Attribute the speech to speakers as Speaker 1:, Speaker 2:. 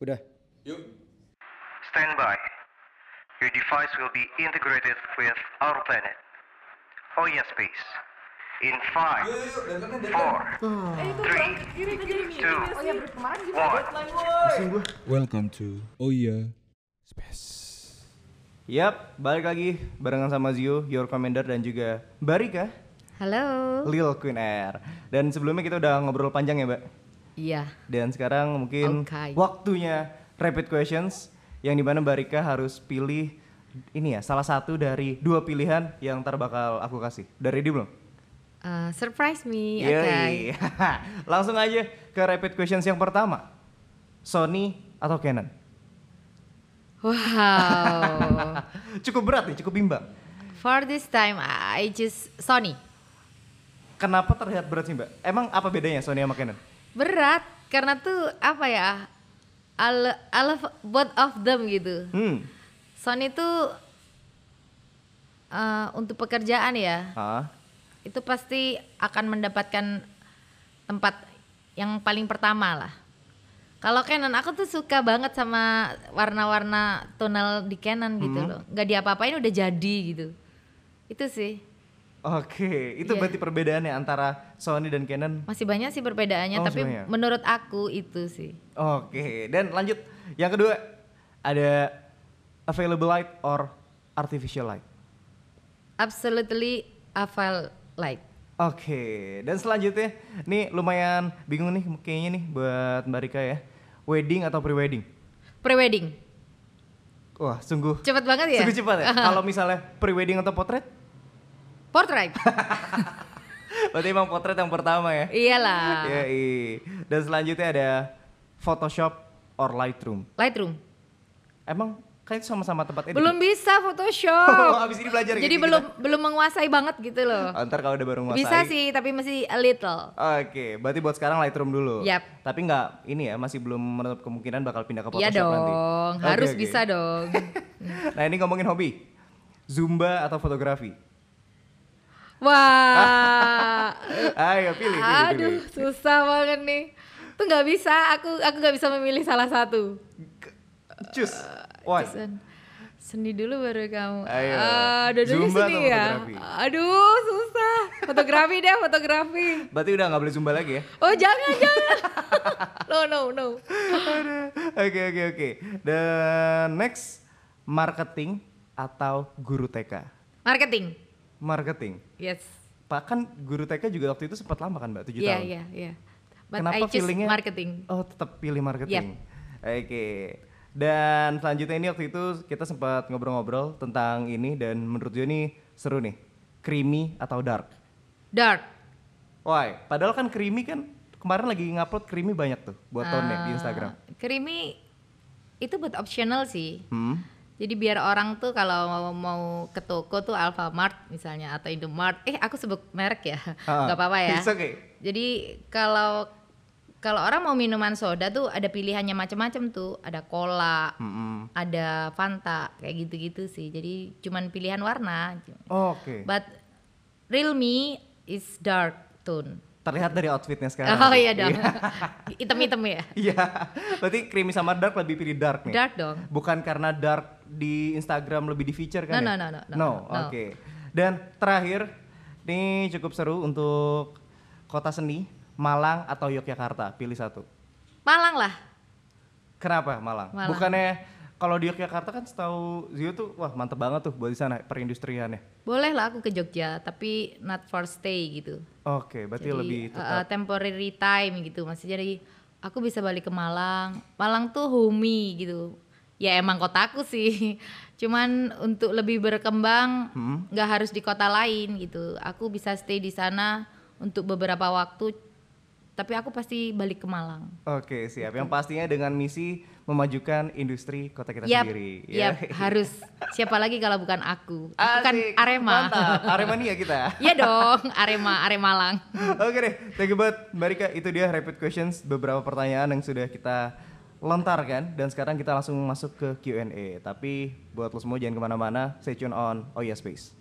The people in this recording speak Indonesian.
Speaker 1: Udah.
Speaker 2: Yuk.
Speaker 3: Stand by. Your device will be integrated with our planet. Oh yes, please. In five,
Speaker 2: Yuk, yuk, dari kanan, dari kanan.
Speaker 3: four, three, two, one.
Speaker 2: Welcome to
Speaker 1: Oh iya.
Speaker 4: Yap, balik lagi barengan sama Zio, Your Commander dan juga Barika,
Speaker 5: Halo.
Speaker 4: Lil Queen Air. Dan sebelumnya kita udah ngobrol panjang ya, Mbak.
Speaker 5: Iya.
Speaker 4: Dan sekarang mungkin
Speaker 5: Okay.
Speaker 4: waktunya rapid questions yang dimana Barika harus pilih ini ya salah satu dari dua pilihan yang ntar bakal aku kasih. Udah ready belum?
Speaker 5: Eh, surprise me. Oke.
Speaker 4: Yoi. Langsung aja ke rapid questions yang pertama. Sony atau Canon?
Speaker 5: Wow.
Speaker 4: Cukup berat nih, cukup bimbang.
Speaker 5: For this time I just Sony.
Speaker 4: Kenapa terlihat berat sih, Mbak? Emang apa bedanya Sony sama Canon?
Speaker 5: Berat karena tuh apa ya? I, lo- I love both of them gitu.
Speaker 4: Hmm.
Speaker 5: Sony tuh eh, untuk pekerjaan ya.
Speaker 4: Ah.
Speaker 5: Itu pasti akan mendapatkan tempat yang paling pertama lah. Kalau Canon aku tuh suka banget sama warna-warna tonal di Canon gitu
Speaker 4: Hmm.
Speaker 5: loh. Nggak diapa-apain udah jadi gitu. Itu sih.
Speaker 4: Oke, itu
Speaker 5: Iya.
Speaker 4: berarti perbedaannya antara Sony dan Canon.
Speaker 5: Masih banyak sih perbedaannya,
Speaker 4: Oh,
Speaker 5: tapi
Speaker 4: masih banyak.
Speaker 5: menurut aku itu sih.
Speaker 4: Oke, dan lanjut yang kedua ada available light or artificial light.
Speaker 5: Absolutely avail light.
Speaker 4: Oke, dan selanjutnya nih lumayan bingung nih kayaknya nih buat Mbak Rika ya. Wedding atau pre-wedding?
Speaker 5: Pre-wedding.
Speaker 4: Wah, sungguh
Speaker 5: Cepet banget ya?
Speaker 4: sungguh cepat ya. Kalau misalnya pre-wedding atau potret?
Speaker 5: Portrait.
Speaker 4: Berarti emang potret yang pertama ya.
Speaker 5: Iyalah.
Speaker 4: Yoi. Dan selanjutnya ada Photoshop or Lightroom.
Speaker 5: Lightroom.
Speaker 4: Emang kan itu sama-sama tempat edit.
Speaker 5: Belum bisa Photoshop.
Speaker 4: Abis ini belajar kayak
Speaker 5: Jadi
Speaker 4: gitu
Speaker 5: belum belum menguasai banget gitu loh.
Speaker 4: Oh, ntar kalau udah baru nguasain.
Speaker 5: Bisa sih, tapi masih a little.
Speaker 4: Oke, berarti buat sekarang Lightroom dulu.
Speaker 5: Yap.
Speaker 4: Tapi nggak ini ya, masih belum menutup kemungkinan bakal pindah ke Photoshop
Speaker 5: Iya
Speaker 4: nanti.
Speaker 5: dong,
Speaker 4: Oke,
Speaker 5: harus
Speaker 4: oke.
Speaker 5: bisa dong.
Speaker 4: Nah ini ngomongin hobi, Zumba atau fotografi?
Speaker 5: Wah.
Speaker 4: Ayo pilih, pilih, pilih.
Speaker 5: Aduh, susah banget nih. Tuh nggak bisa, aku aku nggak bisa memilih salah satu.
Speaker 4: Cus, why?
Speaker 5: Just one. Seni dulu baru kamu.
Speaker 4: Ayo.
Speaker 5: Ah, dua-duanya
Speaker 4: Zumba
Speaker 5: seni
Speaker 4: atau
Speaker 5: ya.
Speaker 4: fotografi?
Speaker 5: Aduh, susah. Fotografi deh, fotografi.
Speaker 4: Berarti udah nggak boleh Zumba lagi ya?
Speaker 5: Oh, jangan, jangan. no, no, no.
Speaker 4: Aduh, Oke, oke, oke. Dan next, marketing atau guru TK?
Speaker 5: Marketing.
Speaker 4: Marketing.
Speaker 5: Yes.
Speaker 4: Pak kan guru TK juga waktu itu sempat lama kan mbak, 7
Speaker 5: Iya,
Speaker 4: tahun.
Speaker 5: iya, iya. But
Speaker 4: Kenapa
Speaker 5: I choose
Speaker 4: feelingnya-
Speaker 5: marketing.
Speaker 4: Oh, tetap pilih marketing. Oke. Dan selanjutnya ini waktu itu kita sempat ngobrol-ngobrol tentang ini dan menurut gue ini seru nih. Creamy atau dark?
Speaker 5: Dark.
Speaker 4: Why? Padahal kan creamy kan kemarin lagi ngupload creamy banyak tuh buat
Speaker 5: Ah.
Speaker 4: tahunnya di Instagram.
Speaker 5: Creamy Eh, itu buat optional sih.
Speaker 4: Hmm.
Speaker 5: Jadi biar orang tuh kalau mau, mau ke toko tuh Alfamart misalnya atau Indomart, eh aku sebut merek ya,
Speaker 4: Ah,
Speaker 5: nggak apa-apa ya.
Speaker 4: it's okay.
Speaker 5: Jadi kalau kalau orang mau minuman soda tuh ada pilihannya macam-macam tuh, ada cola,
Speaker 4: Mm-mm.
Speaker 5: ada Fanta, kayak gitu-gitu sih. Jadi cuman pilihan warna.
Speaker 4: Oke.
Speaker 5: But real me is dark tone.
Speaker 4: Terlihat dari outfitnya sekarang.
Speaker 5: Oh iya dong, hitam-hitam ya,
Speaker 4: Iya. Berarti creamy sama dark lebih pilih dark nih.
Speaker 5: dark dong.
Speaker 4: Bukan karena dark di Instagram lebih di feature kan
Speaker 5: No,
Speaker 4: ya?
Speaker 5: no, no, no, no, no.
Speaker 4: oke. Dan terakhir, ini cukup seru untuk kota seni, Malang atau Yogyakarta, pilih satu.
Speaker 5: Malang lah,
Speaker 4: Kenapa Malang?
Speaker 5: Malang.
Speaker 4: Bukannya kalau di Yogyakarta kan setahu Zio tuh wah mantep banget tuh buat di sana perindustriannya.
Speaker 5: boleh lah aku ke Jogja, tapi not for stay gitu.
Speaker 4: Oke, berarti
Speaker 5: Jadi,
Speaker 4: lebih
Speaker 5: eh,
Speaker 4: tetap.
Speaker 5: temporary time gitu masih jadi aku bisa balik ke Malang Malang tuh homey gitu ya emang kotaku sih cuman untuk lebih berkembang
Speaker 4: Hmm?
Speaker 5: nggak harus di kota lain gitu aku bisa stay di sana untuk beberapa waktu tapi aku pasti balik ke Malang
Speaker 4: Oke, siap. Yang pastinya dengan misi memajukan industri kota kita
Speaker 5: Yap,
Speaker 4: sendiri. ya.
Speaker 5: yap, harus siapa lagi kalau bukan aku aku kan
Speaker 4: Asik,
Speaker 5: Arema
Speaker 4: Mantap, Aremania kita.
Speaker 5: ya dong Arema Arema Malang
Speaker 4: Oke deh, thank you banget Mbak Rika. Itu dia rapid questions, beberapa pertanyaan yang sudah kita lontarkan dan sekarang kita langsung masuk ke Q&A. Tapi buat lo semua jangan kemana-mana, stay tune on Oh Yeah Space.